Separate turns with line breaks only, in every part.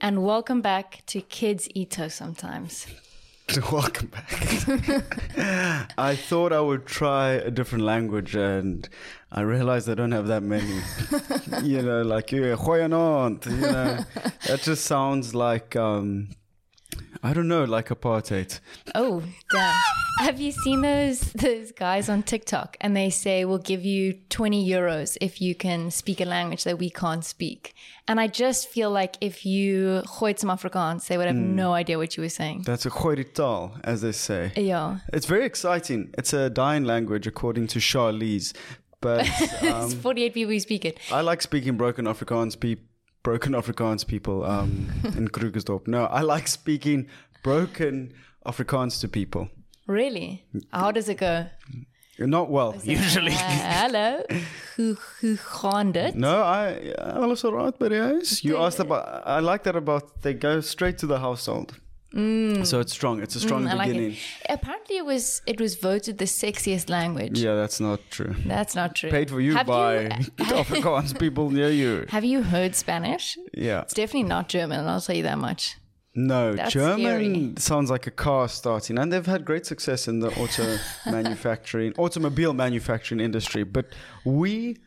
and welcome back to Kids Ito sometimes.
Welcome back. I thought I would try a different language and I realized I don't have that many. you know, like, yeah, Hoyanant, you know, that just sounds like, um, I don't know, like apartheid.
Oh, damn. Have you seen those those guys on TikTok and they say we'll give you 20 euros if you can speak a language that we can't speak. And I just feel like if you gooit some Afrikaans, they would have no idea what you were saying.
That's a Khoirital, as they say.
Yeah.
It's very exciting. It's a dying language, according to Charlize. But
it's 48 people who speak it.
I like speaking broken Afrikaans people. Broken Afrikaans people um, in Krugersdorp. No, I like speaking broken Afrikaans to people.
Really? How does it go?
Not well.
Usually. hello. Who who conned it?
No, I uh, alles alright, but yes. You asked about. I like that about they go straight to the household. So it's strong. It's a strong
Mm. I like
beginning.
it. Apparently it was it was voted the sexiest language.
Yeah, that's not true.
That's not true.
Paid for you
Have
by Afrikaans people near you.
Have you heard Spanish?
Yeah.
It's definitely not German, I'll tell you that much.
No,
That's
German sounds like a car starting, and they've had great success in the auto manufacturing, automobile manufacturing industry. But we,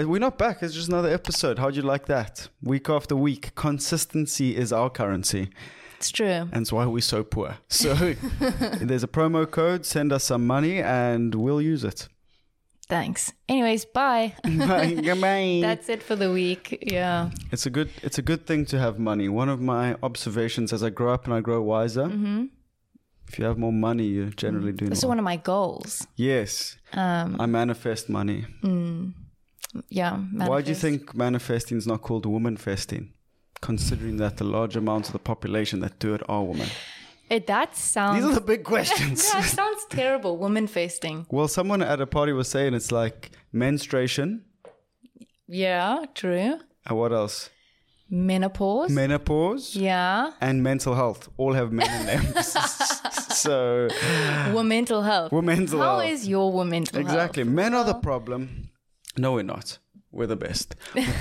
uh, we're not back. It's just another episode. How'd you like that? Week after week, consistency is our currency,
It's true.
and it's why we're so poor. So there's a promo code. Send us some money, and we'll use it.
Thanks. Anyways, bye.
That's
That's it for the week. Yeah.
It's a good it's a good thing to have money. One of my observations as I grow up and I grow wiser,
Mm-hmm.
if you have more money, you generally do.
This is
more.
one of my goals.
Yes,
Um,
I manifest money.
yeah.
Why do you
manifest.
think manifesting is not called woman festing? Considering that the large amount of the population that do it are women.
It, that
These are
sounds
the big questions.
that sounds terrible. Woman fasting.
well, someone at a party was saying it's like menstruation.
Yeah, true.
And what else?
Menopause.
Menopause
yeah.
and mental health all have men in them. so,
Woman mental health.
Woman mental
How
health.
is your woman mental health?
Exactly. Men are the problem. No, we're not. We're the best.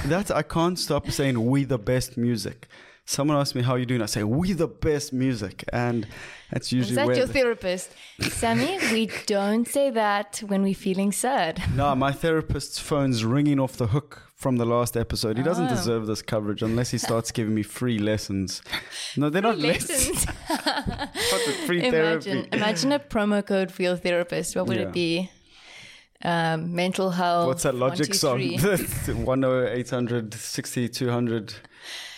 That's I can't stop saying we the best music. Someone asked me how you doing. I say we the best music, and that's usually
Is that
where.
your
the-
therapist? Sammy, we don't say that when we're feeling sad.
no, my therapist's phone's ringing off the hook from the last episode. He doesn't
Oh.
deserve this coverage unless he starts giving me free lessons. No, they're not lessons.
Lessons.
What the free
imagine,
therapy.
imagine a promo code for your therapist. What would
Yeah.
it be? Um, mental health.
What's that
one,
logic
two,
song?
three.
800 60 200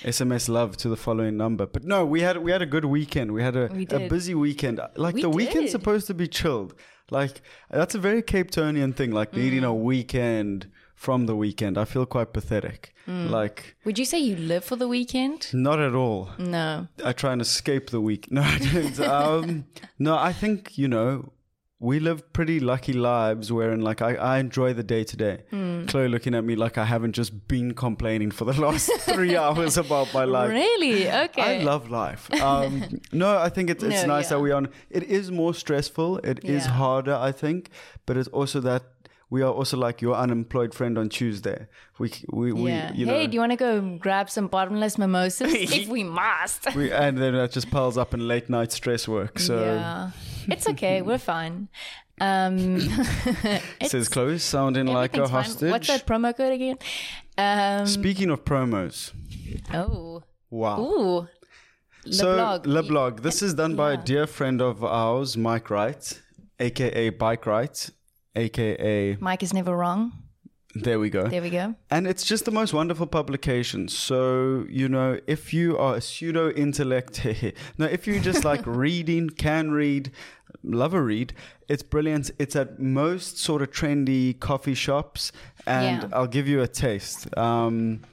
SMS love to the following number. But no, we had we had a good weekend. We had a,
We
a
did.
busy weekend. Like
We
the
did.
weekend's supposed to be chilled. Like that's a very Cape Townian thing. Like needing
Mm.
a weekend from the weekend. I feel quite pathetic.
Mm.
Like
Would you say you live for the weekend?
not at all.
No.
I try and escape the week. No, I don't. Um, no, I think you know we live pretty lucky lives, wherein like I, I enjoy the day to day.
Hmm.
Chloe looking at me like I haven't just been complaining for the last three hours about my life.
really? Okay.
I love life. Um, no, I think it's, it's
No,
nice that
yeah.
we are. It is more stressful. It is
Yeah.
harder, I think, but it's also that. We are also like your unemployed friend on Tuesday. We, c- we, we
yeah.
you know.
hey, do you want to go grab some bottomless mimosas? if we must.
we, and then that just piles up in late night stress work. So
Yeah. It's okay. We're fine. Um,
says Chloe, sounding like a
everything's fine.
hostage.
What's that promo code again? Um,
Speaking of promos,
oh.
wow.
Ooh.
so
LeBlog.
LeBlog, this is done by a dear friend of ours, Mike Wright, aka Bike Wright, aka
Mike is never wrong.
there we go.
There we go.
And it's just the most wonderful publication. So, you know, if you are a pseudo intellect, no, if you just like reading, can read, love a read, it's brilliant. It's at most sort of trendy coffee shops. And
Yeah.
I'll give you a taste. Um,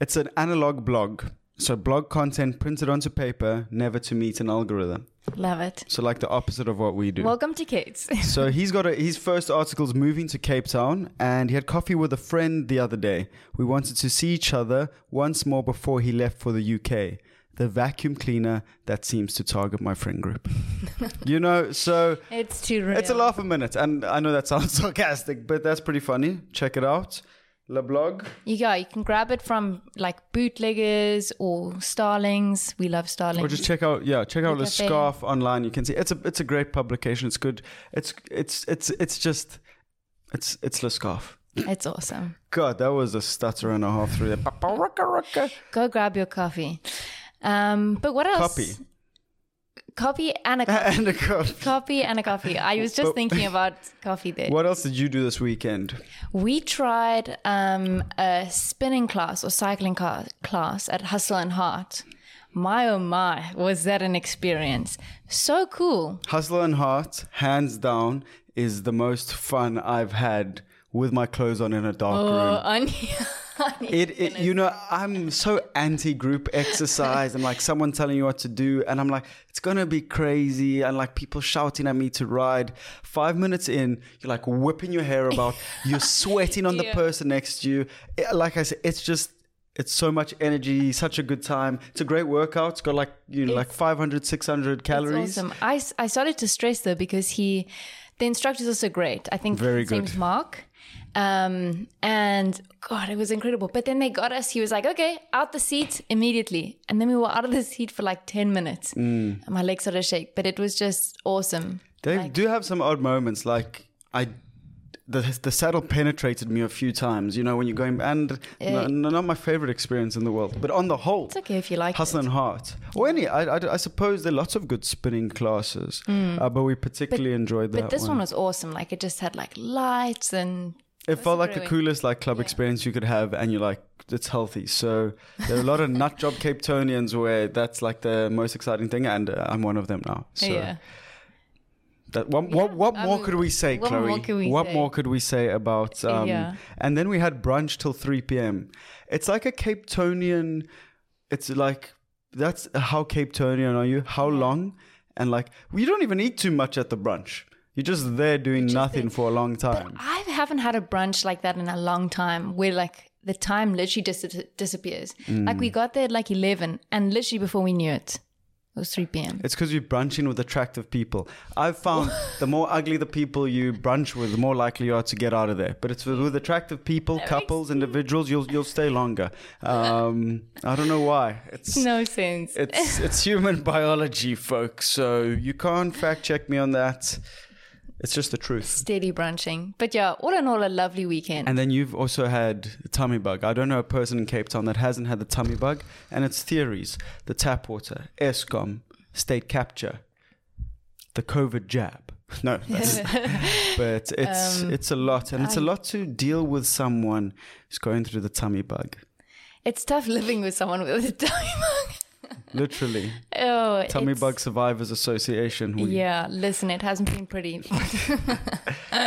it's an analog blog. So, blog content printed onto paper, never to meet an algorithm.
Love it.
So, like the opposite of what we do.
Welcome to kids.
So he's got a, his first article's moving to Cape Town, and he had coffee with a friend the other day. We wanted to see each other once more before he left for the UK. The vacuum cleaner that seems to target my friend group. you know, so
It's too real.
it's a laugh a minute, and I know that sounds sarcastic, but that's pretty funny. Check it out. Le blog.
You go. You can grab it from like bootleggers or starlings. We love starlings.
Or just check out yeah, check out
Look
the
at them.
scarf online. You can see it's a it's a great publication. It's good. It's it's it's it's just it's it's the scarf.
it's awesome.
God, that was a stutter and a half through there. Paparaka-raka.
Go grab your coffee. Um, but what else?
Copy.
Copy and a coffee.
And a cup.
Copy and a coffee. I was just thinking about coffee there.
What else did you do this weekend?
We tried um, a spinning class or cycling car- class at Hustle and Heart. My oh my, was that an experience? So cool.
Hustle and Heart, hands down, is the most fun I've had with my clothes on in a dark room.
Oh, Anya.
It, it you know, I'm so anti group exercise and like someone telling you what to do, and I'm like, it's gonna be crazy, and like people shouting at me to ride. Five minutes in, you're like whipping your hair about, you're sweating on the
Yeah.
person next to you. It- like I said, it's just. It's so much energy, such a good time. It's a great workout. It's got like you know, like 500, 600 calories.
That's awesome. I, s- I started to stress though because he, the instructor's also great. I think
Very
his
good.
name's Mark. Um, and God, it was incredible. But then they got us. He was like, okay, out the seat immediately. And then we were out of the seat for like 10 minutes.
Mm.
And my legs started to shake, but it was just awesome.
They do have some odd moments. Like I, the the saddle penetrated me a few times. You know when you're going and no, no, not my favorite experience in the world. But on the whole,
It's okay if you like
hustle
it.
and heart. Or any, I, I, I suppose there are lots of good spinning classes. Uh, but we particularly enjoyed that
Hmm. But this
one.
one. was awesome. Like it just had like lights and
It felt like the
great.
coolest like club experience you could have, and you're like, it's healthy. So there are a lot of nut job Cape Townians where that's like the most exciting thing, and uh, I'm one of them now. So
yeah.
That, what, what, what
I
more
mean,
could we say,
um, what
Chloe?
more could we
what
say?
more could we say about? Um,
Yeah.
And then we had brunch till three p.m. It's like a Cape Townian. It's like that's how Cape Townian are you? How long? And like we don't even eat too much at the brunch. You're just there doing nothing for a long time.
I haven't had a brunch like that in a long time where like the time literally dis- disappears.
Mm.
Like we got there at like 11 and literally before we knew it, it was 3 p.m.
It's because you're brunching with attractive people. I've found the more ugly the people you brunch with, the more likely you are to get out of there. But it's with, with attractive people, couples, individuals, you'll you'll stay longer. Um, I don't know why. It's
No sense.
it's it's human biology, folks. So you can't fact check me on that. It's just the truth.
Steady brunching. But yeah, all in all, a lovely weekend.
And then you've also had the tummy bug. I don't know a person in Cape Town that hasn't had the tummy bug. And it's theories: the tap water, ESCOM, state capture, the COVID jab. No, that's, but it's
Um,
it's a lot, and it's a lot to deal with someone who's going through the tummy bug.
it's tough living with someone with a tummy bug.
Literally,
Oh,
Tummy
it's-
Bug Survivors Association. We-
Yeah, listen, it hasn't been pretty.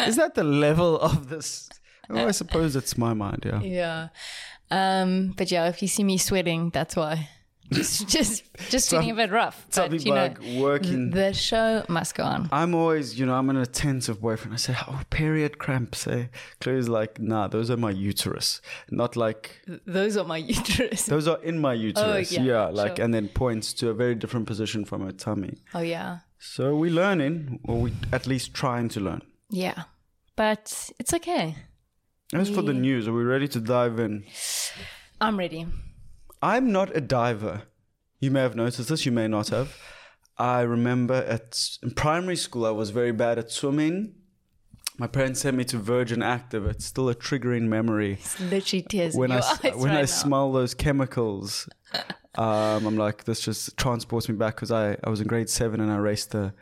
Is that the level of this? Oh, I suppose it's my mind. Yeah.
yeah. Um, but yeah, if you see me sweating, that's why. just just, just feeling a bit rough. but,
Tummy
you know,
bug working
the show must go on.
I'm always, you know, I'm an attentive boyfriend. I say, oh, period cramps. Eh? Chloe's like, nah, those are my uterus. Not like,
Those are my uterus.
those are in my uterus.
Oh, yeah,
yeah, like,
sure.
and then points to a very different position from her tummy.
Oh yeah,
So we're learning, or we at least trying to learn.
yeah. But it's okay.
As for the news, are we ready to dive in?
I'm ready.
I'm not a diver. You may have noticed this, you may not have. I remember at in primary school I was very bad at swimming. My parents sent me to Virgin Active. It's still a triggering memory.
It's literally tears
When
in
I
your
s-
eyes
when
right
I
now.
smell those chemicals, um, I'm like this just transports me back because I, I was in grade seven and I raced a,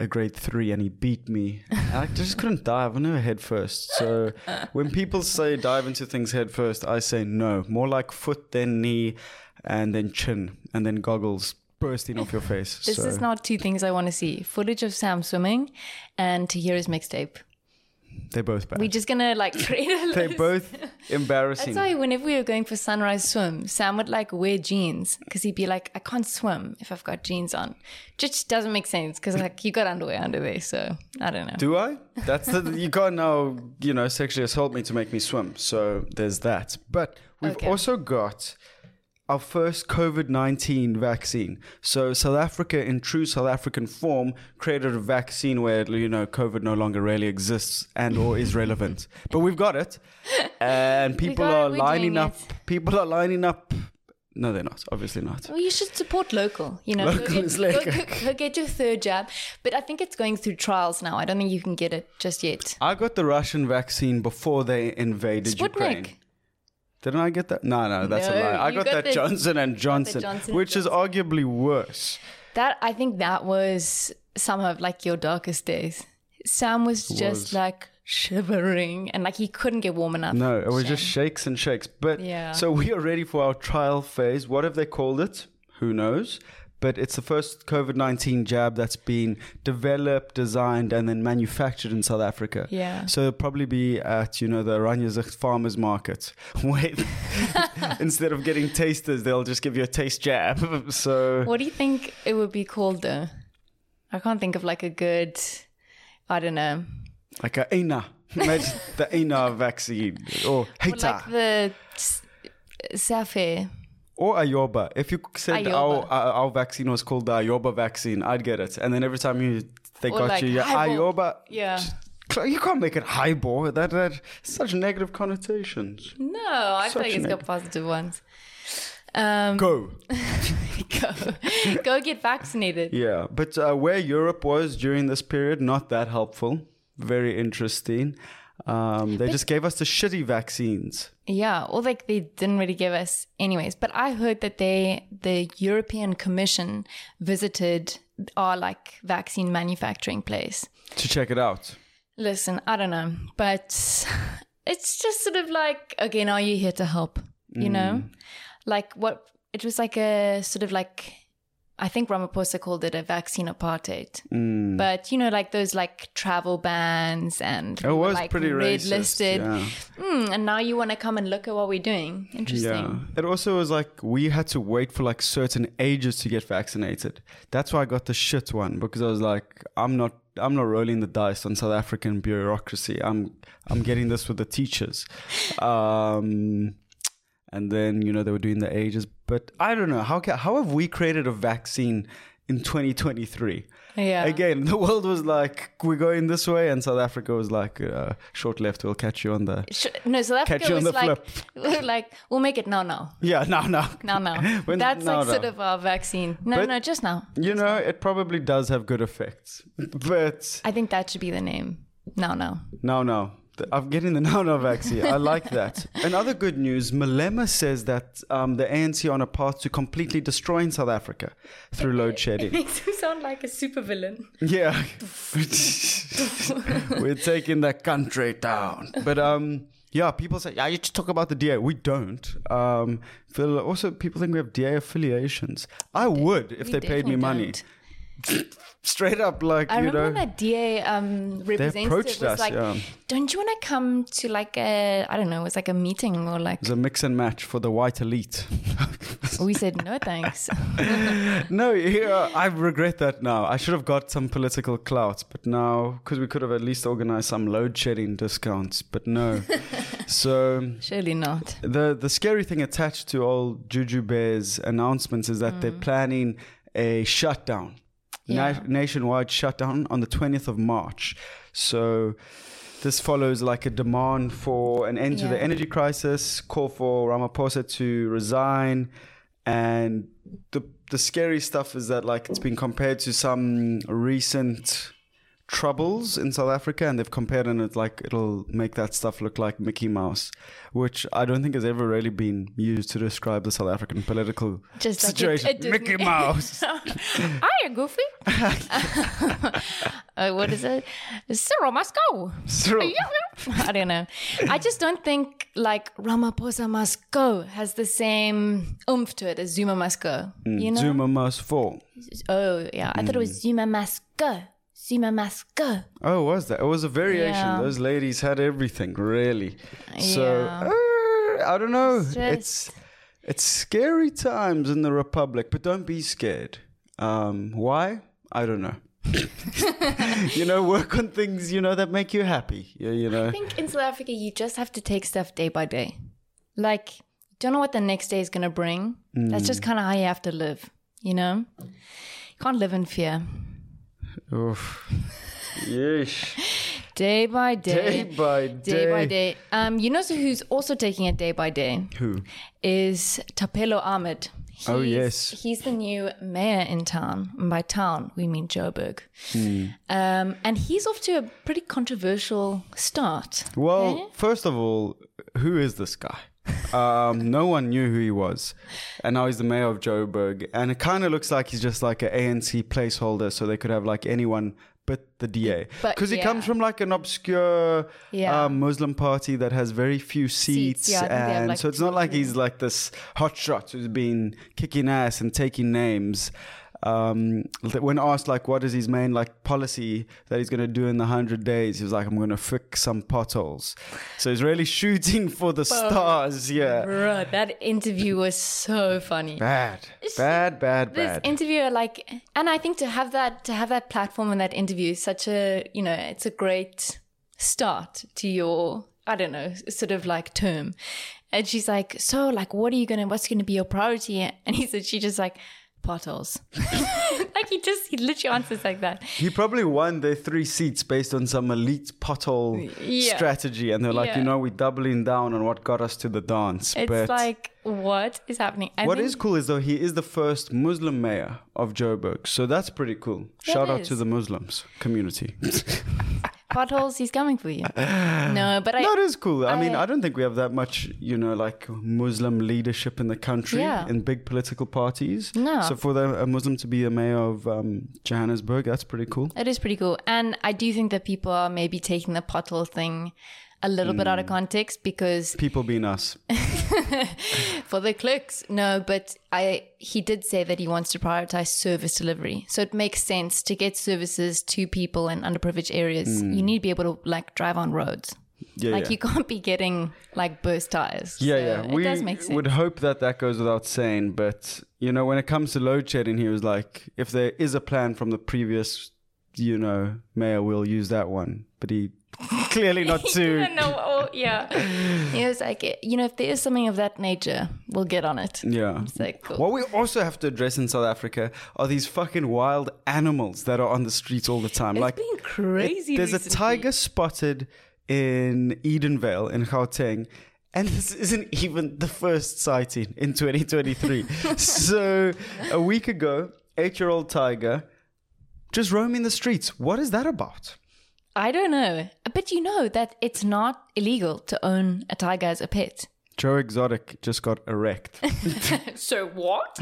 a grade three and he beat me. And I just couldn't dive. I never head first. So when people say dive into things head first, I say no. More like foot, then knee, and then chin, and then goggles bursting off your face.
This
so
is not two things I want to see: footage of Sam swimming, and to hear his mixtape.
they're both bad.
We're just gonna like create a
they're
list.
both embarrassing.
That's why whenever we were going for sunrise swim, Sam would like wear jeans because he'd be like, "I can't swim if I've got jeans on." Just doesn't make sense because like you got underwear under there, so I don't know.
Do I? That's the you can't now, you know, sexually assault me to make me swim. So there's that. But we've
Okay.
also got our first COVID 19 vaccine. So, South Africa, in true South African form, created a vaccine where, you know, COVID no longer really exists and or is relevant. But we've got it. And
got
people
it,
are
we're
lining
doing
up. People are lining up. No, they're not. Obviously not.
Well, you should support local. You know,
Local
go, get,
is
go-
local.
Go, go get your third jab. But I think it's going through trials now. I don't think you can get it just yet.
I got the Russian vaccine before they invaded Ukraine.
Sputnik.
Didn't I get that? No, no, that's a
No,
lie. I
you
got,
got
that
the-
Johnson and Johnson,
Johnson and
which is arguably worse.
That I think that was some of like your darkest days. Sam was just
Was.
like shivering and like he couldn't get warm enough.
No, it was just shakes and shakes. But
Yeah.
so we are ready for our trial phase. What have they called it? Who knows? But it's the first COVID 19 jab that's been developed, designed, and then manufactured in South Africa.
Yeah.
So it'll probably be at, you know, the Oranjezicht farmers market. Wait, instead of getting tasters, they'll just give you a taste jab. So
What do you think it would be called though? I can't think of like a good, I don't know,
like a ENA. Imagine the ENA vaccine or
But,
HETA
like the s- Safair.
or Ayoba. If you said our,
Ayoba.
our our vaccine was called the Ayoba vaccine, I'd get it. And then every time you they
Or
got
like
you yeah,
highball.
Ayoba,
Yeah.
Cl- you can't make it highball. That that such negative connotations.
No, I
Such
think it's
an
got
egg.
positive ones. Um,
Go.
go, go get vaccinated.
Yeah, but uh, where Europe was during this period, not that helpful. Very interesting. Um, they just gave us the shitty vaccines.
Yeah, or like they didn't really give us, anyways. But I heard that they, the European Commission, visited our like vaccine manufacturing place.
To check it out.
Listen, I don't know, but it's just sort of like, okay, now you're here to help, you know?
Mm.
Like what it was like a sort of like, I think Ramaphosa called it a vaccine apartheid,
Mm.
but you know, like those like travel bans and
It
we were,
was
like
pretty
red
racist.
listed.
yeah.
Mm, and now you want to come and look at what we're doing. Interesting.
It also was like we had to wait for like certain ages to get vaccinated. That's why I got the shit one because I was like, I'm not, I'm not rolling the dice on South African bureaucracy. I'm, I'm getting this with the teachers. Um, and then you know they were doing the ages, but I don't know how ca- how have we created a vaccine in 2023?
Yeah.
Again, the world was like, we're going this way, and South Africa was like, uh, short left, we'll catch you on the
Sh- No, South Africa
Catch you on
was
the
like, like, we'll make it now, now,
yeah, no, no,
now, now.
When-
That's
now,
like
now.
sort of our vaccine. No,
But-
no, just now.
You know, it probably does have good effects. But
I think that should be the name. No, no.
no, no. Th- I'm getting the no no vaccine. I like that. Another good news Malema says that um, the ANC are on a path to completely destroying South Africa through load shedding.
Makes him sound like a super villain.
yeah. We're taking the country down. But um, yeah, people say, yeah, you should talk about the DA. We don't. Um, Phil, also, people think we have DA affiliations. I would if they paid me money. Straight up, like,
I
you
remember
know.
when that DA um,
approached
representative was
us,
like,
yeah.
"Don't you want to come to like a I don't know, it was like a meeting or like."
It's a mix and match for the white elite.
We said no thanks.
no, yeah, I regret that now. I should have got some political clout, but now, because we could have at least organized some load shedding discounts, but no. so
Surely not.
the the scary thing attached to old Juju Bear's announcements is that they're planning a shutdown, na-
Mm. Yeah.
nationwide shutdown on the 20th of March. So this follows like a demand for an end to the
Yeah.
energy crisis, call for Ramaphosa to resign, and the the scary stuff is that like it's been compared to some recent troubles in South Africa and they've compared and it's like it'll make that stuff look like Mickey Mouse, which I don't think has ever really been used to describe the South African political
Just like a-
situation.
a Disney-
Mickey Mouse.
Hiya, Goofy. uh, what is it? Cyril must go.
Cyril.
I don't know. I just don't think like Ramaphosa must go has the same oomph to it as Zuma must go. You know?
Mm. Zuma Mm. must fall.
Oh yeah, I thought it was Zuma must go. Zuma must go.
Oh, was that? It was a variation.
Yeah.
Those ladies had everything, really. So
Yeah.
uh, I don't know. It's,
just-
it's scary times in the Republic, but don't be scared. Um, why? I don't know. you know, work on things you know that make you happy. You, you know,
I think in South Africa you just have to take stuff day by day. Like don't know what the next day is going to bring. That's just
Hmm.
kind of how you have to live, you know? You can't live in fear.
Oof. Yeesh.
Day by day.
Day by
day by day. Um, you know so who's also taking it day by day
Who?
is Tapelo Ahmed. He's,
Oh, yes.
He's the new mayor in town. And by town, we mean Joburg.
Hmm.
Um, and he's off to a pretty controversial start.
Well,
Eh?
first of all, who is this guy? Um, no one knew who he was, and now he's the mayor of Joburg, and it kind of looks like he's just like an ANC placeholder, so they could have like anyone but the DA,
But-
because he
yeah.
comes from like an obscure
Yeah.
um, Muslim party that has very few seats,
yeah, I think they have,
and
like,
so it's
two
not
or
like he's like this hotshot who's been kicking ass and taking names. Um, th- when asked like what is his main like policy that he's going to do in the 100 days he was like i'm going to fix some potholes so he's really shooting for the stars yeah
Bruh, that interview was so funny.
bad bad bad
this
bad
interviewer like and i think to have that to have that platform and that interview is such a you know it's a great start to your i don't know sort of like term and she's like so like what are you gonna what's gonna be your priority and he said she just like potholes like he just he literally answers like that
he probably won their three seats based on some elite pothole
Yeah.
strategy and they're like
Yeah.
you know we're doubling down on what got us to the dance
it's
but
like what is happening I
What
think-
is cool is though he is the first Muslim mayor of Joburg, so that's pretty cool. Shout out
is.
to the Muslims community.
potholes he's coming for you no but i
that is cool. I, mean,
I-
I don't think we have that much, you know, like Muslim leadership in the country
Yeah.
in big political parties.
No.
So for the, a Muslim to be a mayor of um, Johannesburg, that's pretty cool.
It is pretty cool. And I do think that people are maybe taking the pothole thing a little bit
Mm.
out of context because
People being us.
for the clicks, no, but I he did say that he wants to prioritize service delivery. So it makes sense to get services to people in underprivileged areas. You need to be able to like drive on roads.
Hmm. Yeah,
Like
yeah.
you can't be getting like burst tires. So
Yeah, yeah.
It
We
does make sense.
would hope that that goes without saying, but you know, when it comes to load shedding, he was like, if there is a plan from the previous, you know, mayor, we'll use that one. But he clearly not too.
I know, oh, yeah. He was like, you know, if there is something of that nature, we'll get on it.
Yeah.
It's like, cool.
What we also have to address in South Africa are these fucking wild animals that are on the streets all the time. like
it's been crazy.
There's a
recently.
tiger spotted in Edenvale in Gauteng. And this isn't even the first sighting in 2023. so a week ago, eight year old tiger just roaming the streets. What is that about?
I don't know. But you know that it's not illegal to own a tiger as a pet.
Joe Exotic just got erect.
So what?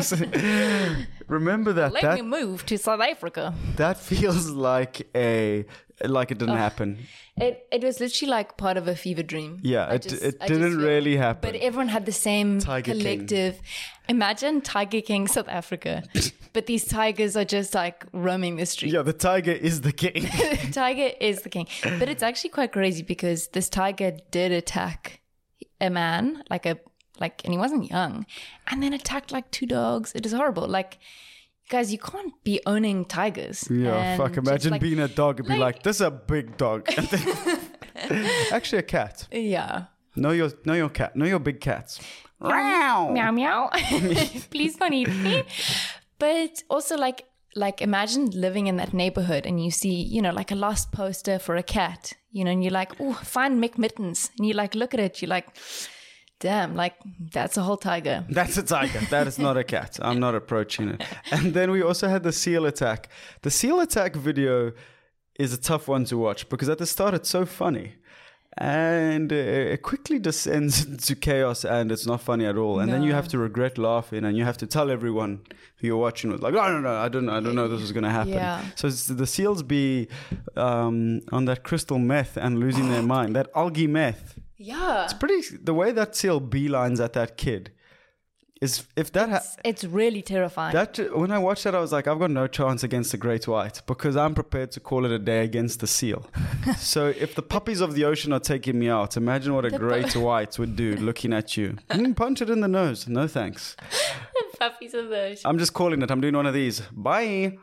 Remember that
Let
that
me move to South Africa.
that feels like a like it didn't happen.
It, it was literally like part of a fever dream.
Yeah,
I
it
just-
it
I just
didn't
feel-
really happen.
But everyone had the same
Tiger King.
collective. Imagine Tiger King South Africa, but these tigers are just like roaming the street.
yeah, the tiger is the king.
the tiger is the king. But it's actually quite crazy because this tiger did attack a man, like a like and he wasn't young, and then attacked like two dogs. It is horrible. Like guys, you can't be owning tigers.
Yeah,
and
fuck.
just,
Imagine
like-
being a dog and be
like-
like, "This is a big dog." And then- Actually, a cat.
Yeah.
Know your know your cat. Know your big cats. Wow.
Meow meow. Please don't eat me. But also like like imagine living in that neighborhood and you see, you know, like a lost poster for a cat, you know, and you're like, oh, find Mick Mittens. And you like look at it, you're like, damn, like that's a whole tiger.
That's a tiger. That is not a cat. I'm not approaching it. And then we also had the seal attack. The seal attack video is a tough one to watch because at the start it's so funny. And uh, it quickly descends into chaos and it's not funny at all. And then you have to regret laughing and you have to tell everyone who you're watching with, like, oh, no, no, I don't, I don't know this was going to happen.
Yeah.
So it's the SEALs be um, on that crystal meth and losing their mind, that algae meth
Yeah.
pretty the way that seal beelines at that kid is if that ha-
It's really terrifying.
that ju- when I watched that I was like I've got no chance against the great white because I'm prepared to call it a day against the seal. so if the puppies of the ocean are taking me out, imagine what a great white would do looking at you. Mm, punch it in the nose. No thanks.
Puppies of the ocean.
I'm just calling it. I'm doing one of these. Bye.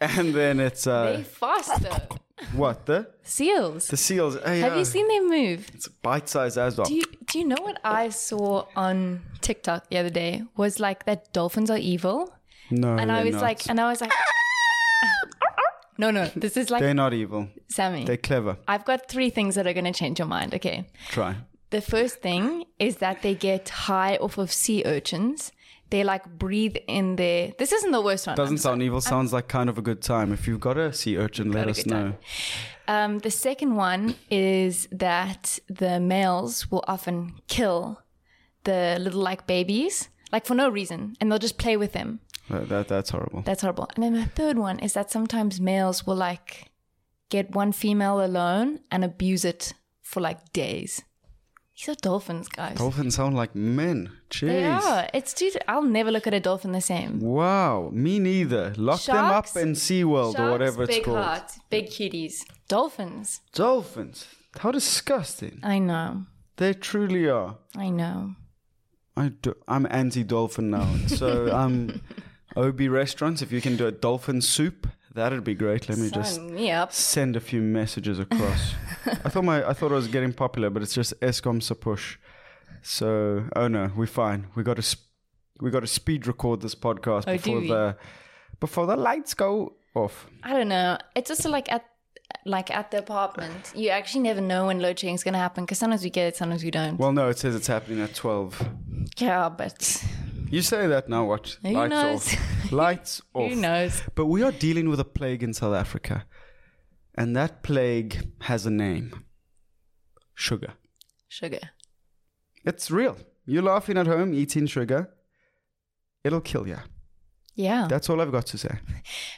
and then it's uh,
They fast though.
what the
Seals.
the seals.
Have you seen them move?
It's bite-sized as well.
Do you, Do you know what I saw on TikTok the other day was like that dolphins are evil,
No,
and I
they're
was
not.
like, and I was like, no, no, this is like
they're not evil.
Sammy.
They're clever.
I've got three things that are going to change your mind. Okay.
Try.
The first thing is that they get high off of sea urchins. They like breathe in their. This isn't the worst one.
Doesn't sound evil. Sounds like kind of a good time. If you've got a sea urchin, let
a
us
good time.
know.
Um, the second one is that the males will often kill the little like babies, like for no reason, and they'll just play with them.
That, that- that's horrible.
That's horrible. And then the third one is that sometimes males will like get one female alone and abuse it for like days. These are dolphins, guys.
Dolphins sound like men. Jeez.
They are. It's dude. I'll never look at a dolphin the same.
Wow. Me neither. Lock them up
Sharks-
in SeaWorld or whatever
big
it's called.
heart, big cuties, dolphins.
Dolphins. How disgusting.
I know.
They truly are.
I know.
I do, I'm anti dolphin now. So I'm OB restaurants. If you can do a dolphin soup, that'd be great. Let me just
Sign me up.
send a few messages across. I thought my I thought it was getting popular, but it's just Escom Sapush. So oh no, we're fine. We got to sp- we got to speed record this podcast
Oh, do
before
we?
the before the lights go off.
I don't know. It's also like at like at the apartment. You actually never know when load shedding is going to happen because sometimes we get it, sometimes we don't.
Well, no, it says it's happening at twelve.
yeah, but
You say that now. Watch
Who
lights
knows?
off. Lights off.
who knows?
But we are dealing with a plague in South Africa, and that plague has a name: sugar.
Sugar.
It's real. You're laughing at home, eating sugar. It'll kill you.
Yeah.
That's all I've got to say.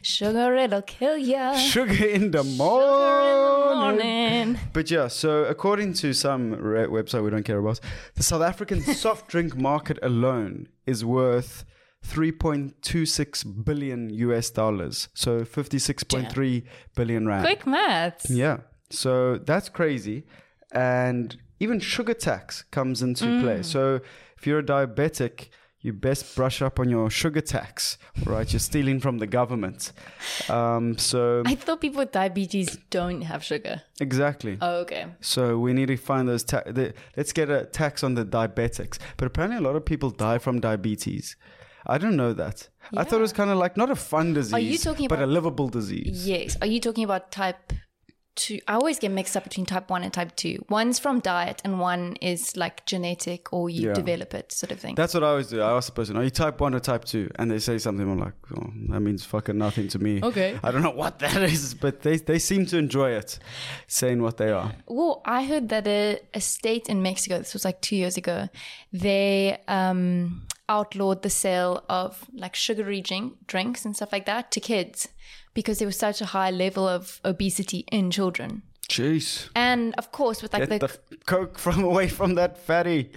Sugar, it'll kill ya.
Uh, Sugar in the morning.
Morning.
But yeah, so according to some re- website we don't care about, the South African soft drink market alone is worth 3.26 billion US dollars. So 56.3 billion rand.
Quick maths.
Yeah. So that's crazy. And even sugar tax comes into
Mm.
play. So if you're a diabetic, you best brush up on your sugar tax, right? You're stealing from the government. Um, so,
I thought people with diabetes don't have sugar.
exactly.
Oh, okay.
So we need to find those. Ta- the, let's get a tax on the diabetics. But apparently, a lot of people die from diabetes. I didn't know that. I thought it was kind of like not a fun disease,
talking
but a
about-
livable disease.
Yes. Are you talking about type two? I always get mixed up between type one and type two. One's from diet, and one is like genetic or you
Yeah.
develop it, sort of thing.
That's what I always do. I ask the person, "Are you type one or type 2? And they say something. I'm like, oh, "That means fucking nothing to me."
Okay.
I don't know what that is, but they they seem to enjoy it, saying what they are.
Well, I heard that a, a state in Mexico, this was like two years ago, they um, outlawed the sale of like sugary drink, drinks and stuff like that to kids because there was such a high level of obesity in children.
Jeez.
And of course, with like
Get
the.
the f- coke from away from that fatty.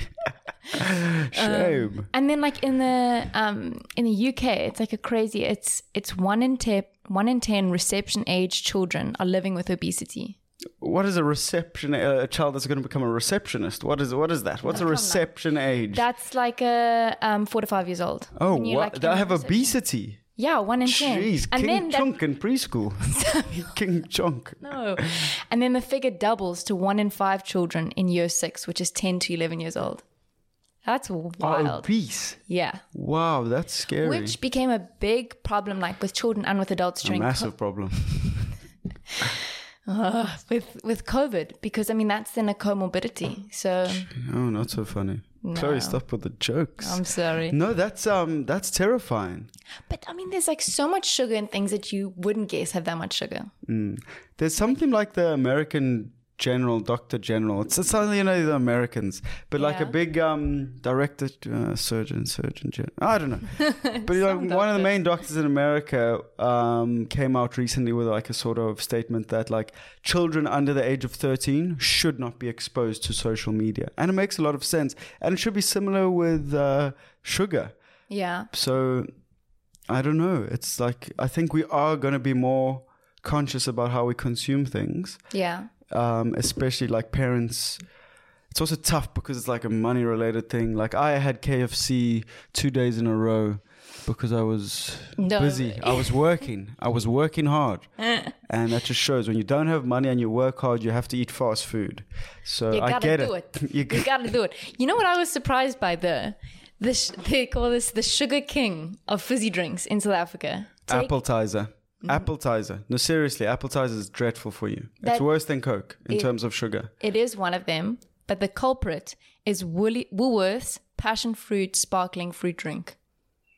Um,
Shame.
and then, like in the um, in the UK, it's like a crazy. It's it's one in ten one in ten reception age children are living with obesity.
what is a reception? A a child that's going to become a receptionist. What is what is that? What's a reception age?
That's like a um, four to five years old.
oh,
When you're,
what?
like,
they
in
have
reception.
obesity.
Yeah, one in ten.
Jeez,
and
King
then that
Chunk in preschool. King Chunk.
No. And then the figure doubles to one in five children in year six, which is 10 to 11 years old. That's
Oh,
wild.
Obese.
yeah.
Wow, that's scary.
Which became a big problem, like with children and with adults
a
during
massive problem.
with with COVID, because I mean that's then a comorbidity. So
Oh, not so funny. Chloe, stop with the jokes.
I'm sorry,
no, that's um, that's terrifying.
but I mean there's like so much sugar in things that you wouldn't guess have that much sugar.
There's something like the American general, Doctor General. It's, it's something you know the Americans, but like a
Yeah.
big um, director, uh, surgeon, surgeon general. I don't know, but like one of the main doctors in America um, came out recently with like a sort of statement that like children under the age of 13 should not be exposed to social media, and it makes a lot of sense, and it should be similar with uh, sugar.
Yeah,
So I don't know. It's like I think we are going to be more conscious about how we consume things,
yeah,
um, especially like parents. It's also tough because it's like a money related thing. Like I had KFC two days in a row because I was
No. Uh.
busy. I was working. I was working hard, and that just shows when you don't have money and you work hard, you have to eat fast food. So
You
I
gotta
get
do
it.
it.
You
you,
g-
gotta do it. You know what I was surprised by the, the sh- they call this the sugar king of fizzy drinks in South Africa. Take- Mm-hmm.
appetizer. Appetizer. No, seriously, appetizer is dreadful for you. it's
That-
worse than Coke in terms of sugar.
It is one of them, but the culprit is Wooli- Woolworths passion fruit sparkling fruit drink.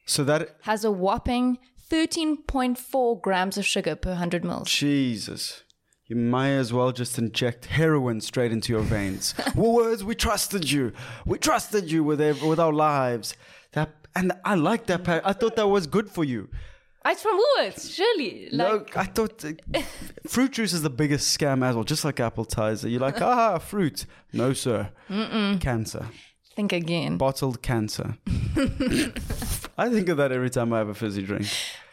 So that
Has a whopping 13.4 grams of sugar per 100 mils.
Jesus. You might as well just inject heroin straight into your veins. Woolworths, we trusted you. We trusted you with ev- with our lives. That and I like that. Pa- I thought that was good for you.
Ah, It's from Woolworths, surely. Like,
no, I thought uh, fruit juice is the biggest scam as well. Just like appetizer, you're like, ah, fruit. No, sir. Cancer.
think again.
Bottled cancer. I think of that every time I have a fizzy drink.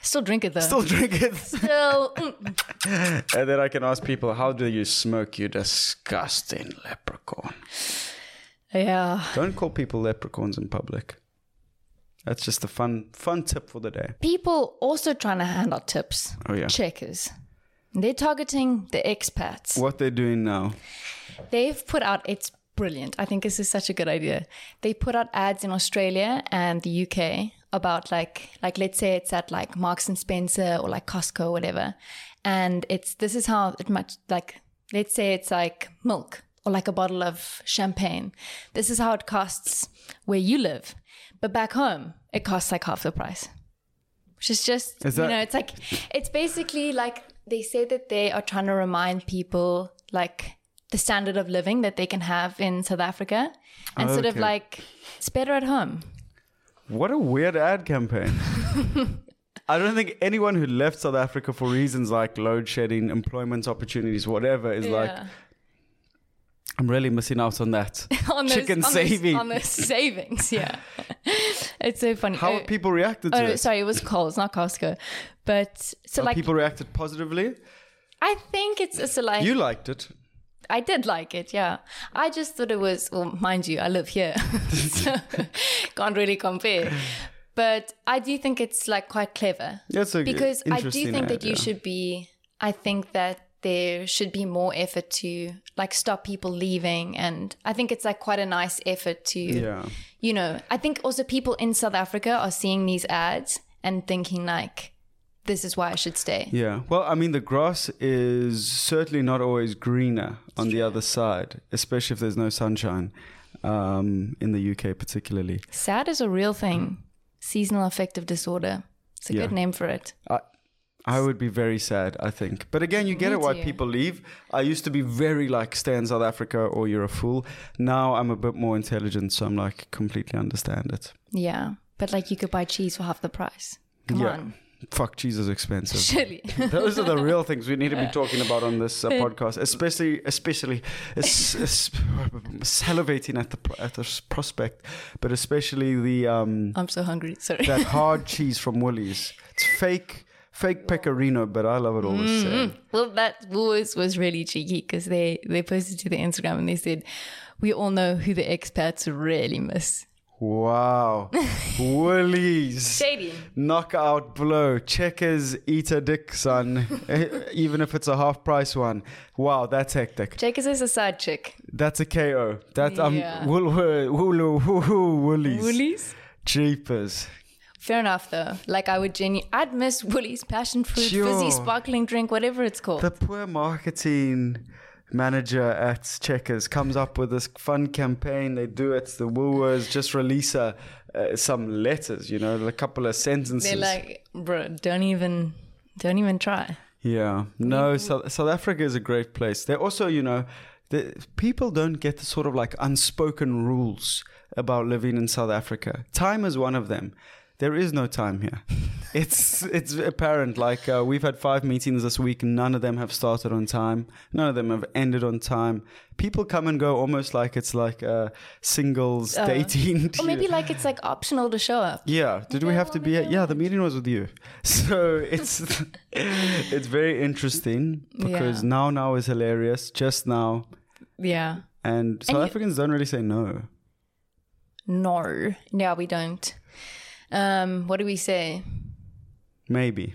Still drink it though.
Still drink it.
Still, mm,
And then I can ask people, how do you smoke, you disgusting leprechaun?
yeah.
Don't call people leprechauns in public. That's just a fun fun tip for the day.
People also trying to hand out tips.
Oh yeah.
Checkers. They're targeting the expats.
What they're doing now.
They've put out, it's brilliant. I think this is such a good idea. They put out ads in Australia and the UK about like, like let's say it's at like Marks and Spencer or like Costco or whatever. And it's, this is how it much like, let's say it's like milk or like a bottle of champagne. This is how it costs where you live. But back home, it costs like half the price. Which is just,
Is
you
that-
know, it's like, it's basically like they say that they are trying to remind people like the standard of living that they can have in South Africa and sort of
Okay.
like, it's better at home.
What a weird ad campaign. I don't think anyone who left South Africa for reasons like load shedding, employment opportunities, whatever, is like, I'm really missing out on that.
on
chicken
on
saving.
on the savings, yeah. it's so funny.
How
Oh,
have people reacted to
oh,
it?
sorry, it was Coles, not Costco. But so
Have
like,
people reacted positively?
I think it's so like
You liked it.
I did like it, yeah. I just thought it was, well, mind you, I live here, so can't really compare. But I do think it's like quite clever
That's a
because I do
interesting
think
ad,
that you
yeah.
should be. I think that there should be more effort to like stop people leaving, and I think it's like quite a nice effort to,
Yeah.
you know. I think also people in South Africa are seeing these ads and thinking like, this is why I should stay.
Yeah. Well, I mean, the grass is certainly not always greener on the other side, especially if there's no sunshine um, in the UK, particularly.
SAD is a real thing. Seasonal affective disorder. It's a
Yeah.
good name for it.
I, I would be very sad, I think. But again, you get it
Me
why
too.
people leave. I used to be very like, stay in South Africa or you're a fool. Now I'm a bit more intelligent, so I'm like, completely understand it.
Yeah. But like you could buy cheese for half the price. Come
Yeah.
on.
Fuck, cheese is expensive.
Surely.
Those are the real things we need to be talking about on this uh, podcast, especially, especially, es- es- salivating at the pro- at the s- prospect, but especially the um,
I'm so hungry. Sorry.
that hard cheese from Woolies. It's fake, fake pecorino, but I love it all the same.
Well, that Woolworths was really cheeky because they, they posted to the Instagram and they said, we all know who the expats really miss.
Wow, Woolies.
Shady.
Knockout blow. Checkers, eat a dick, son. Eh, Even if it's a half price one. Wow, that's hectic.
Jake is a side chick.
That's a KO. That um,
Yeah.
wool, wool, wool, wool, wool, woolies.
Woolies?
Jeepers.
Fair enough, though. Like, I would genuinely, I'd miss Woolies passion fruit,
Sure.
fizzy, sparkling drink, whatever it's called.
The poor marketing manager at Checkers comes up with this fun campaign. They do it. The Woolworths just release uh, uh, some letters, you know, a couple of sentences.
They're like, bro, don't even, don't even try.
Yeah. No, South, South Africa is a great place. They also, you know, the, people don't get the sort of like unspoken rules about living in South Africa. Time is one of them. There is no time here. It's it's apparent. Like uh, we've had five meetings this week. None of them have started on time. None of them have ended on time. People come and go almost like it's like uh, singles dating.
Uh, Or maybe like it's like optional to show up.
Yeah. Did we have to be? At, yeah, the meeting was with you. So it's it's very interesting because
Yeah.
now now is hilarious. Just now,
Yeah.
and South
you-
Africans don't really say no.
No. Yeah, we don't. Um, what do we say?
Maybe.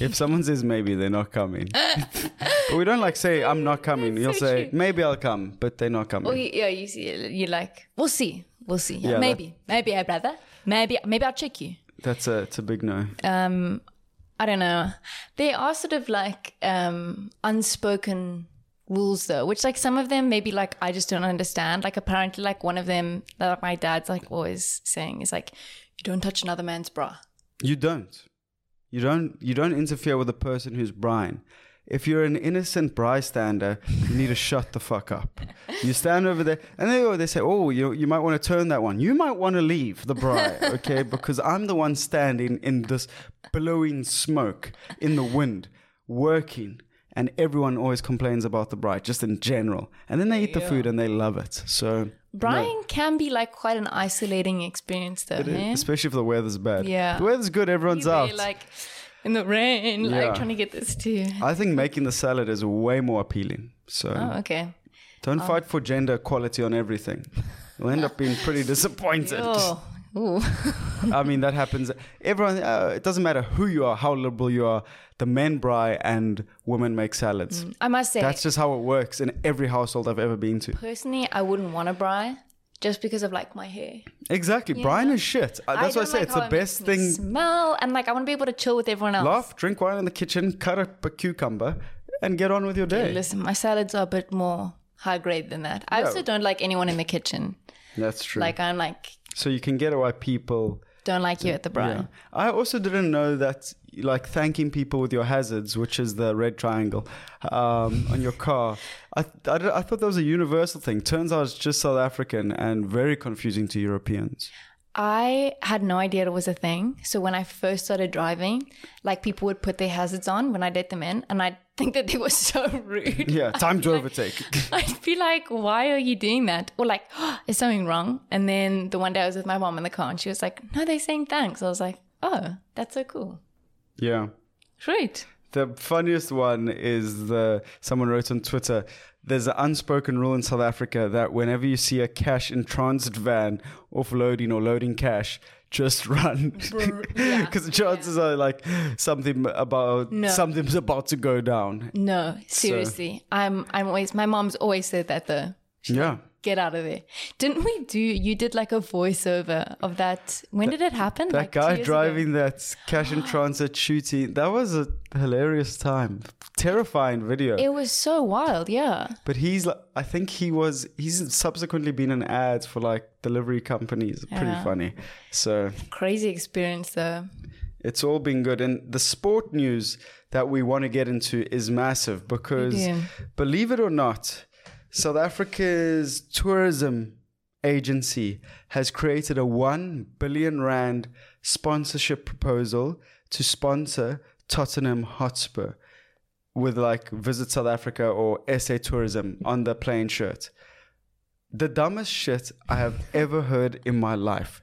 if someone says maybe, they're not coming. but we don't like say I'm not coming. You'll
so
say
true.
maybe I'll come, but they're not coming.
Well, you, Oh, yeah, you see, you like, we'll see, we'll see.
that-
maybe, maybe I'd rather. Maybe, maybe I'll check you.
That's a it's a big no.
um i don't know there are sort of like um unspoken rules though which like some of them maybe like i just don't understand like apparently like one of them that my dad's like always saying is like you don't touch another man's bra
You don't. You don't you don't interfere with a person who's Brian. If you're an innocent bystander, you need to shut the fuck up. You stand over there and they go, they say, Oh, you you might want to turn that one. You might want to leave the bride, okay? Because I'm the one standing in this blowing smoke in the wind, working. And everyone always complains about the bride, just in general. And then they eat the food and they love it. So
brian can be like quite an isolating experience though eh?
especially if the weather's bad.
Yeah.
If the weather's good, everyone's
They're,
out.
like in the rain
Yeah.
like trying to get this too
I think making the salad is way more appealing. So
oh okay
don't fight for gender equality on everything. You'll end up being pretty disappointed.
oh Ooh.
I mean, that happens. Everyone, uh, it doesn't matter who you are, how liberal you are, the men bry and women make salads.
i must say
That's just how it works in every household I've ever been to.
personally i wouldn't want a bra just because of like my hair
Exactly. Brian is shit. Uh, that's why I
don't
say.
like
it's
how
the
it makes
best
me
thing.
Smell and like I want to be able to chill with everyone else.
Laugh, drink wine in the kitchen, cut up a cucumber, and get on with your day.
Listen, my salads are a bit more high grade than that. I also don't like anyone in the kitchen.
That's true.
Like I'm like
so you can get why people
don't like you at the bar.
Yeah. I also didn't know that, like, thanking people with your hazards, which is the red triangle um, on your car, I, I, d- I thought that was a universal thing. Turns out it's just South African and very confusing to Europeans.
I had no idea it was a thing. So when I first started driving, like people would put their hazards on when I let them in, and I think that they were so rude.
Yeah, time to overtake.
I'd be like, why are you doing that? Or like, oh, is something wrong? And then the one day I was with my mom in the car and she was like, no, they're saying thanks. I was like, oh, that's so cool.
yeah.
Great.
The funniest one is the someone wrote on Twitter. There's an unspoken rule in South Africa that whenever you see a cash in transit van offloading or loading cash, just run because the chances are like something about
No.
something's about to go down.
No, seriously. I'm I'm always my mom's always said that though.
Yeah,
Get out of there. Didn't we do you did like a voiceover of that when did it happen?
that
Like two
guy
years ago?
driving that cash in transit shooting that was a hilarious time, terrifying video.
It was so wild, yeah.
But he's like, I think he was, he's subsequently been in ads for like delivery companies. Pretty
Yeah.
funny. So
Crazy experience though.
it's all been good. And the sport news that we want to get into is massive because
Yeah.
believe it or not, South Africa's tourism agency has created a 1 billion rand sponsorship proposal to sponsor Tottenham Hotspur with like Visit South Africa or SA Tourism on the plain shirt. The dumbest shit I have ever heard in my life.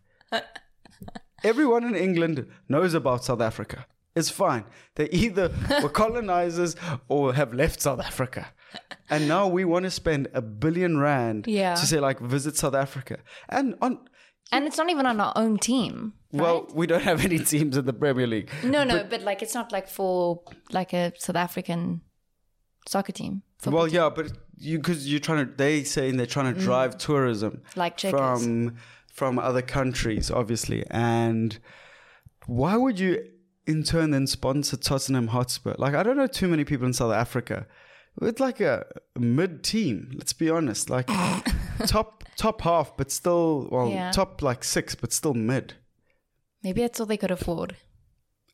Everyone in England knows about South Africa. It's fine. They either were colonizers or have left South Africa. And now we want to spend a billion rand
Yeah.
to say like visit South Africa. And on
And it's not even on our own team.
well, we don't have any teams in the Premier League.
No, no, but, like it's not like for like a South African soccer team. For
Well, yeah, but you because you're trying to. They saying they're trying to drive tourism
Like checkers.
from from other countries, obviously. And why would you in turn then sponsor Tottenham Hotspur? Like, I don't know too many people in South Africa. It's like a mid team. Let's be honest, like top top half, but still well
Yeah.
top like six, but still mid.
Maybe that's all they could afford.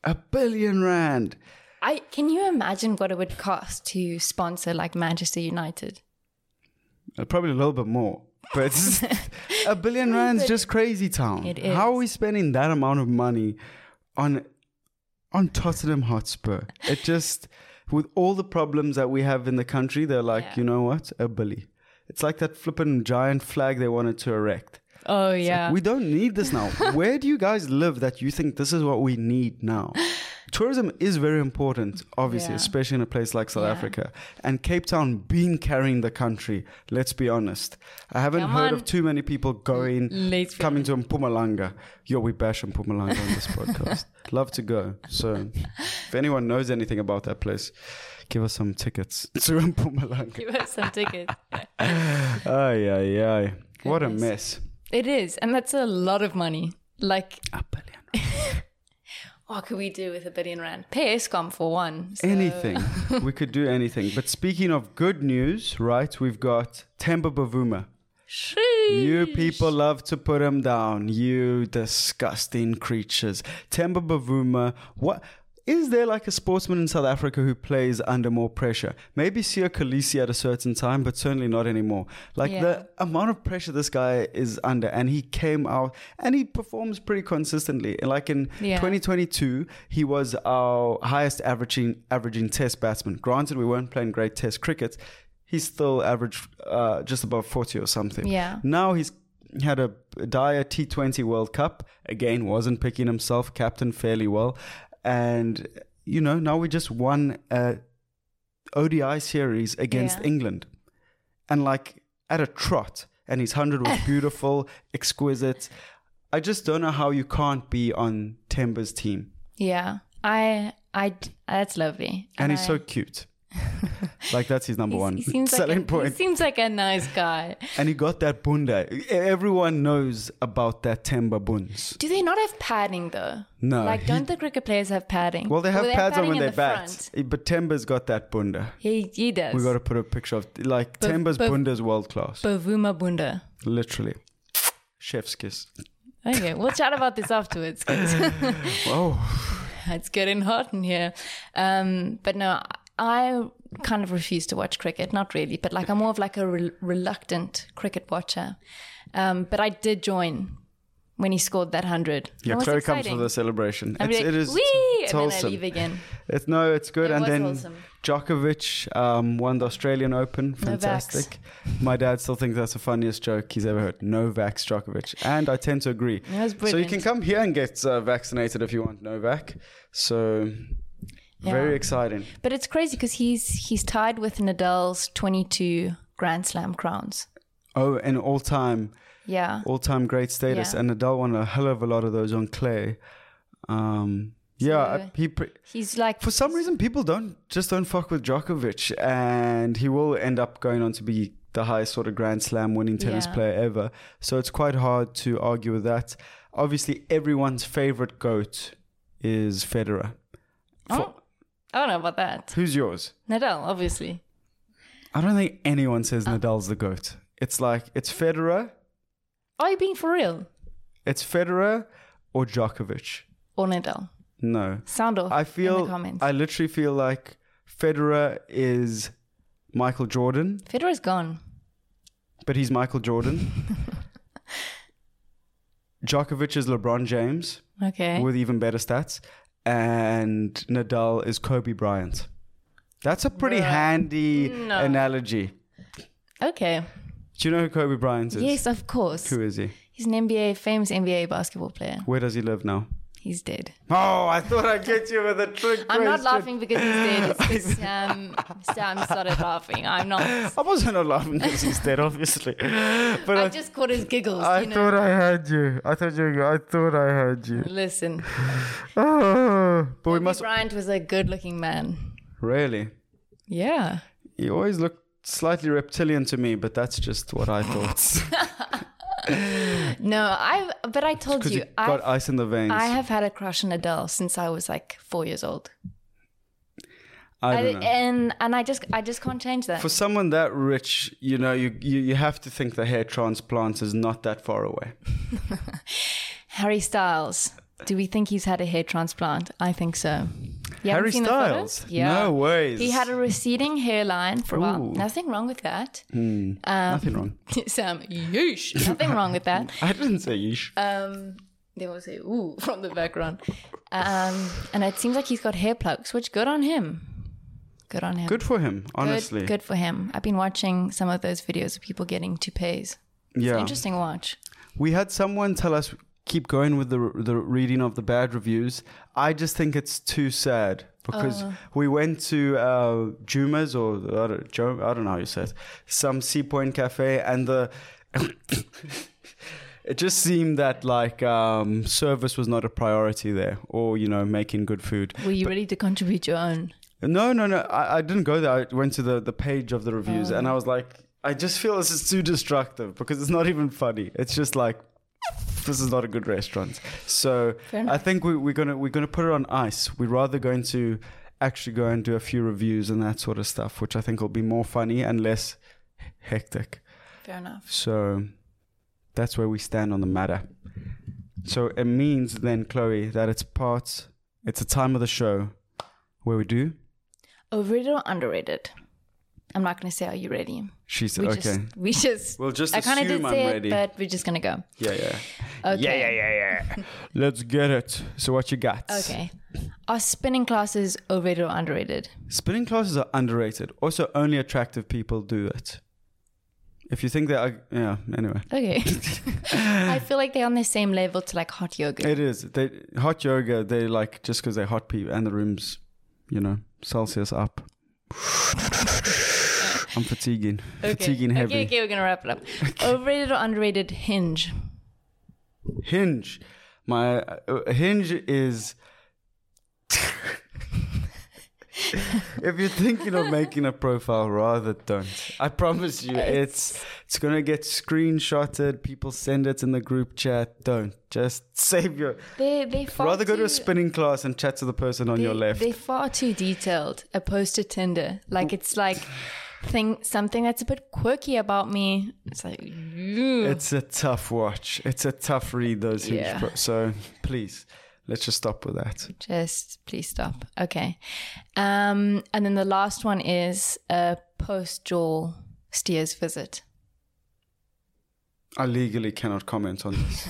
A billion rand.
I can you imagine what it would cost to sponsor like Manchester United?
Uh, Probably a little bit more. But a billion rand's just crazy town.
It
How are we spending that amount of money on on Tottenham Hotspur? It just with all the problems that we have in the country, they're like,
Yeah.
you know what? A billy. It's like that flippin' giant flag they wanted to erect.
Oh yeah.
We don't need this now. Where do you guys live that you think this is what we need now? tourism is very important, obviously,
Yeah.
especially in a place like South
Yeah.
Africa. And Cape Town been carrying the country. Let's be honest. I haven't
Come
heard
on.
of too many people going
Let's be
coming to Mpumalanga. Yo, we bash Mpumalanga on this podcast. Love to go. So, if anyone knows anything about that place, give us some tickets to Mpumalanga.
Give us some tickets.
Ay, ay, ay. What a
Goodness.
mess.
It is, and that's a lot of money. Like,
Apelena.
what could we do with a billion rand? Pay ESCOM for one. so-
Anything. we could do anything. But speaking of good news, right, we've got Temba Bavuma.
Sheesh.
You people love to put him down. You disgusting creatures. Temba Bavuma. What is there like a sportsman in South Africa who plays under more pressure? Maybe Sia Khaleesi at a certain time, but certainly not anymore. Like
Yeah.
the amount of pressure this guy is under, and he came out and he performs pretty consistently. Like in
Yeah.
2022, he was our highest averaging averaging Test batsman. Granted, we weren't playing great Test cricket. He still averaged uh, just above 40 or something.
Yeah.
Now he's had a dire T20 World Cup. Again, wasn't picking himself, captain fairly well. And, you know, now we just won a ODI series against
Yeah.
England. And, like, at a trot. And his 100 was beautiful, exquisite. I just don't know how you can't be on Temba's team.
Yeah, I, I, that's lovely.
And, he's
I-
so cute. like, that's his number one
He seems like
selling
a,
point.
He seems like a nice guy.
And he got that bunda. Everyone knows about that Temba buns.
Do they not have padding though?
No,
Like,
he-
don't the cricket players have padding?
Well, they have
Or
pads on
padding
when
in
they
the
bat.
front.
Eh, But Temba's got that bunda.
He, he does.
We got to put a picture of like
But-
Temba's
but-
bunda's world class,
Bavuma Bunda.
literally. Chef's kiss.
Okay, we'll chat about this afterwards. 'cause
Oh,
it's getting hot in here. Um, but no, I kind of refuse to watch cricket. Not really, but like I'm more of like a re- reluctant cricket watcher. Um, but I did join when he scored that hundred.
yeah.
It was
Chloe comes for
exciting.
the celebration.
I'm
It's,
like,
it is.
Wee!
It's
and then I
wholesome.
leave again.
It's no, it's good.
It
and
was
then
wholesome.
Djokovic um, won the Australian Open.
Novaks.
Fantastic. My dad still thinks that's the funniest joke he's ever heard. Novak Djokovic, and I tend to agree.
That was
So you
brilliant.
can come here and get uh, vaccinated if you want Novak. So very
Yeah.
exciting.
But it's crazy because he's he's tied with Nadal's 22 Grand Slam crowns.
Oh, and all time,
Yeah.
all time great status.
Yeah.
And Nadal won a hell of a lot of those on clay. Um, yeah, I- he. Pre-
He's like
for some reason, people don't just don't fuck with Djokovic, and he will end up going on to be the highest sort of Grand Slam winning tennis
Yeah.
player ever. So it's quite hard to argue with that. Obviously, everyone's favorite goat is Federer. For-
Oh, I don't know about that.
Who's yours?
Nadal, obviously.
I don't think anyone says
Uh.
Nadal's the goat. It's like it's Federer,
Are you being for real?
it's Federer or Djokovic.
Or Nadal?
No.
Sound off.
I
in the
feel
comments.
I literally feel like Federer is Michael Jordan,
Federer's gone.
but he's Michael Jordan. Djokovic is LeBron James
Okay.
with even better stats, and Nadal is Kobe Bryant. That's a pretty
Bruh.
handy
No.
analogy.
okay.
Do you know who Kobe Bryant is?
Yes, of course.
Who is he?
He's an NBA famous NBA basketball player.
Where does he live now?
He's dead.
Oh, I thought I'd get you with a trick
I'm not
question.
laughing because he's dead. It's um, 'cause Sam Sam started laughing. I'm not.
I wasn't not laughing because he's dead, obviously. But
I just caught his giggles.
I
you know.
thought I had you. I thought you. Were, I thought I had you.
Listen,
Ah, but we
Kobe
must
Bryant was a good-looking man.
really.
Yeah.
You always look slightly reptilian to me, but that's just what I thought.
No, I. But I told
Because
you,
you got
I
ice in the veins.
I
I,
have had a crush on Adele since I was like four years old,
don't know.
and and I just I just can't change that.
For someone that rich, you know, you, you you have to think the hair transplant is not that far away.
Harry Styles. Do we think he's had a hair transplant? I think so. You haven't
Harry
seen the
Styles?
photos? yeah.
No ways.
He had a receding hairline for a while.
Ooh.
Nothing wrong with that.
Nothing wrong.
Sam, yeesh. Nothing wrong with that.
I didn't say yeesh.
Um, there was a ooh from the background. Um, and it seems like he's got hair plugs, which good on him. Good on him.
Good for him,
Good-
honestly.
Good, for him. I've been watching some of those videos of people getting toupees.
yeah.
Interesting watch.
We had someone tell us keep going with the the reading of the bad reviews. I just think it's too sad because we went to uh, Juma's or I don't, Jo- I don't know how you say it, some Sea Point cafe, and the. It just seemed that like um, service was not a priority there, or you know, making good food.
Were you ready to contribute your own?
No, no, no. I, I didn't go there. I went to the, the page of the reviews and I
Oh.
was like, I just feel this is too destructive because it's not even funny. It's just like this is not a good restaurant. So
Fair enough.
I think we, we're gonna we're gonna put it on ice. We're rather going to actually go and do a few reviews and that sort of stuff, which I think will be more funny and less hectic.
Fair enough.
So that's where we stand on the matter. So it means then, Chloe, that it's part it's a time of the show where we do
Overrated or underrated? I'm not going to say, are you ready?
She said,
We
"Okay,
just, we just,
we'll just
I kind of did
assume I'm
say it,
ready."
but we're just going to go.
yeah, yeah,
Okay.
yeah, yeah, yeah. Let's get it. So, what you got?
Okay. Are spinning classes overrated or underrated?
Spinning classes are underrated. Also, only attractive people do it. If you think that, I, yeah. Anyway,
Okay. I feel like they're on the same level to like hot yoga.
it is. They hot yoga. They like just because they're hot people and the rooms, you know, Celsius up. I'm fatiguing, fatiguing heavy.
Okay, okay, we're going to wrap it up. Overrated or underrated hinge?
Hinge. My uh, Hinge is. if you're thinking of making a profile, rather don't. I promise you, it's it's gonna get screenshotted. People send it in the group chat. Don't just save your.
They, they far
Rather go to a
too-
spinning class and chat to the person on your
They-
left.
They're far too detailed opposed to Tinder. Like it's like thing something that's a bit quirky about me. It's like "Ew."
It's a tough watch. It's a tough read. Those Hinge.
Yeah.
Pro- so please, let's just stop with that.
just please stop. Okay. Um and then the last one is a post Joel Steers visit.
I legally cannot comment on this.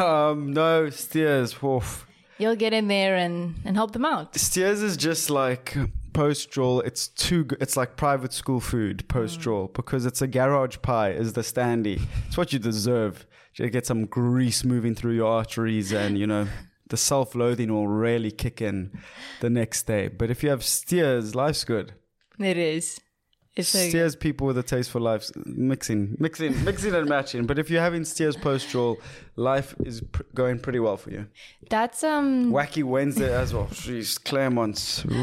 um, no, Steers. Woof.
You'll get in there and and help them out.
Steers is just like post drawl. It's too. Good. It's like private school food post drawl because it's a garage pie. Is the standee. It's what you deserve. You get some grease moving through your arteries, and you know the self-loathing will really kick in the next day. But if you have Steers, life's good.
It is. It's so good.
Steers people with a taste for life mixing, mixing, mixing and matching. But if you're having Steers post drawl, life is pr- going pretty well for you.
that's um
Wacky Wednesday as well. Jeez, Claremont's.
we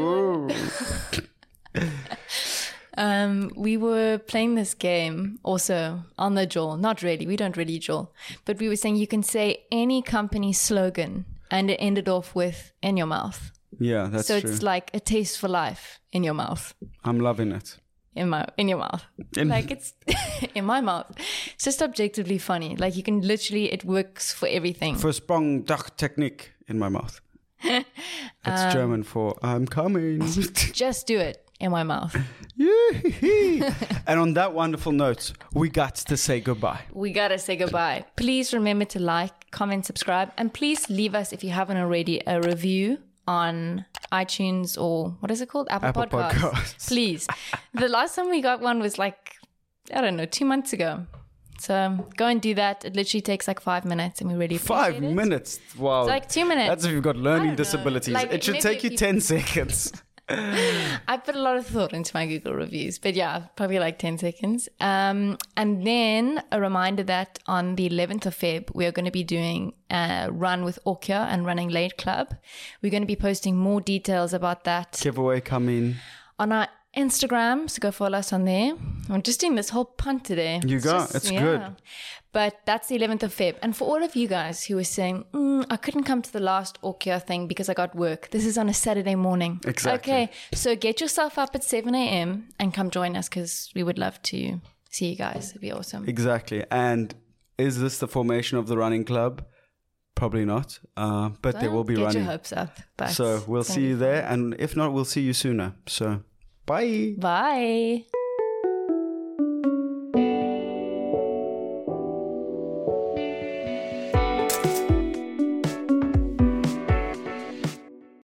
were-
Mm-hmm.
Um, we were playing this game also on the jaw. Not really. We don't really jaw, but we were saying you can say any company slogan, and it ended off with "in your mouth."
yeah, that's
so
true.
it's like a taste for life in your mouth,
I'm loving it.
in my in your mouth.
In-
like it's in my mouth. It's just objectively funny. Like you can literally, it works for everything.
For Sprung Dach Technik in my mouth. That's
Um,
German for I'm coming.
just do it in my mouth.
Yee-hee-hee. and on that wonderful note, we got to say goodbye.
we gotta say goodbye. Please remember to like, comment, subscribe, and please leave us if you haven't already a review on iTunes or what is it called? Apple,
Apple
Podcasts.
Podcasts.
Please. the last time we got one was like I don't know, two months ago. So go and do that. It literally takes like five minutes, and we really appreciate
Five
it.
minutes. Wow.
It's like two minutes.
That's if you've got learning disabilities.
Like,
it should
maybe
take
if
you
you-
10 seconds.
I put a lot of thought into my Google reviews, but yeah, probably like 10 seconds. Um, and then a reminder that on the 11th of Feb, we are going to be doing a run with Orkia and Running Late Club. We're going to be posting more details about that
Giveaway coming.
on our Instagram, so go follow us on there. I'm just doing this whole punt today.
You go. It's good.
But that's the 11th of Feb. And for all of you guys who were saying, mm, I couldn't come to the last Orkia thing because I got work, this is on a Saturday morning.
Exactly.
Okay, so get yourself up at 7 a.m. and come join us because we would love to see you guys. It'd be awesome.
Exactly. And is this the formation of the running club? Probably not. Uh, but they will be
get
running.
your hopes up. But
So we'll see you there. And if not, we'll see you sooner. So bye.
Bye.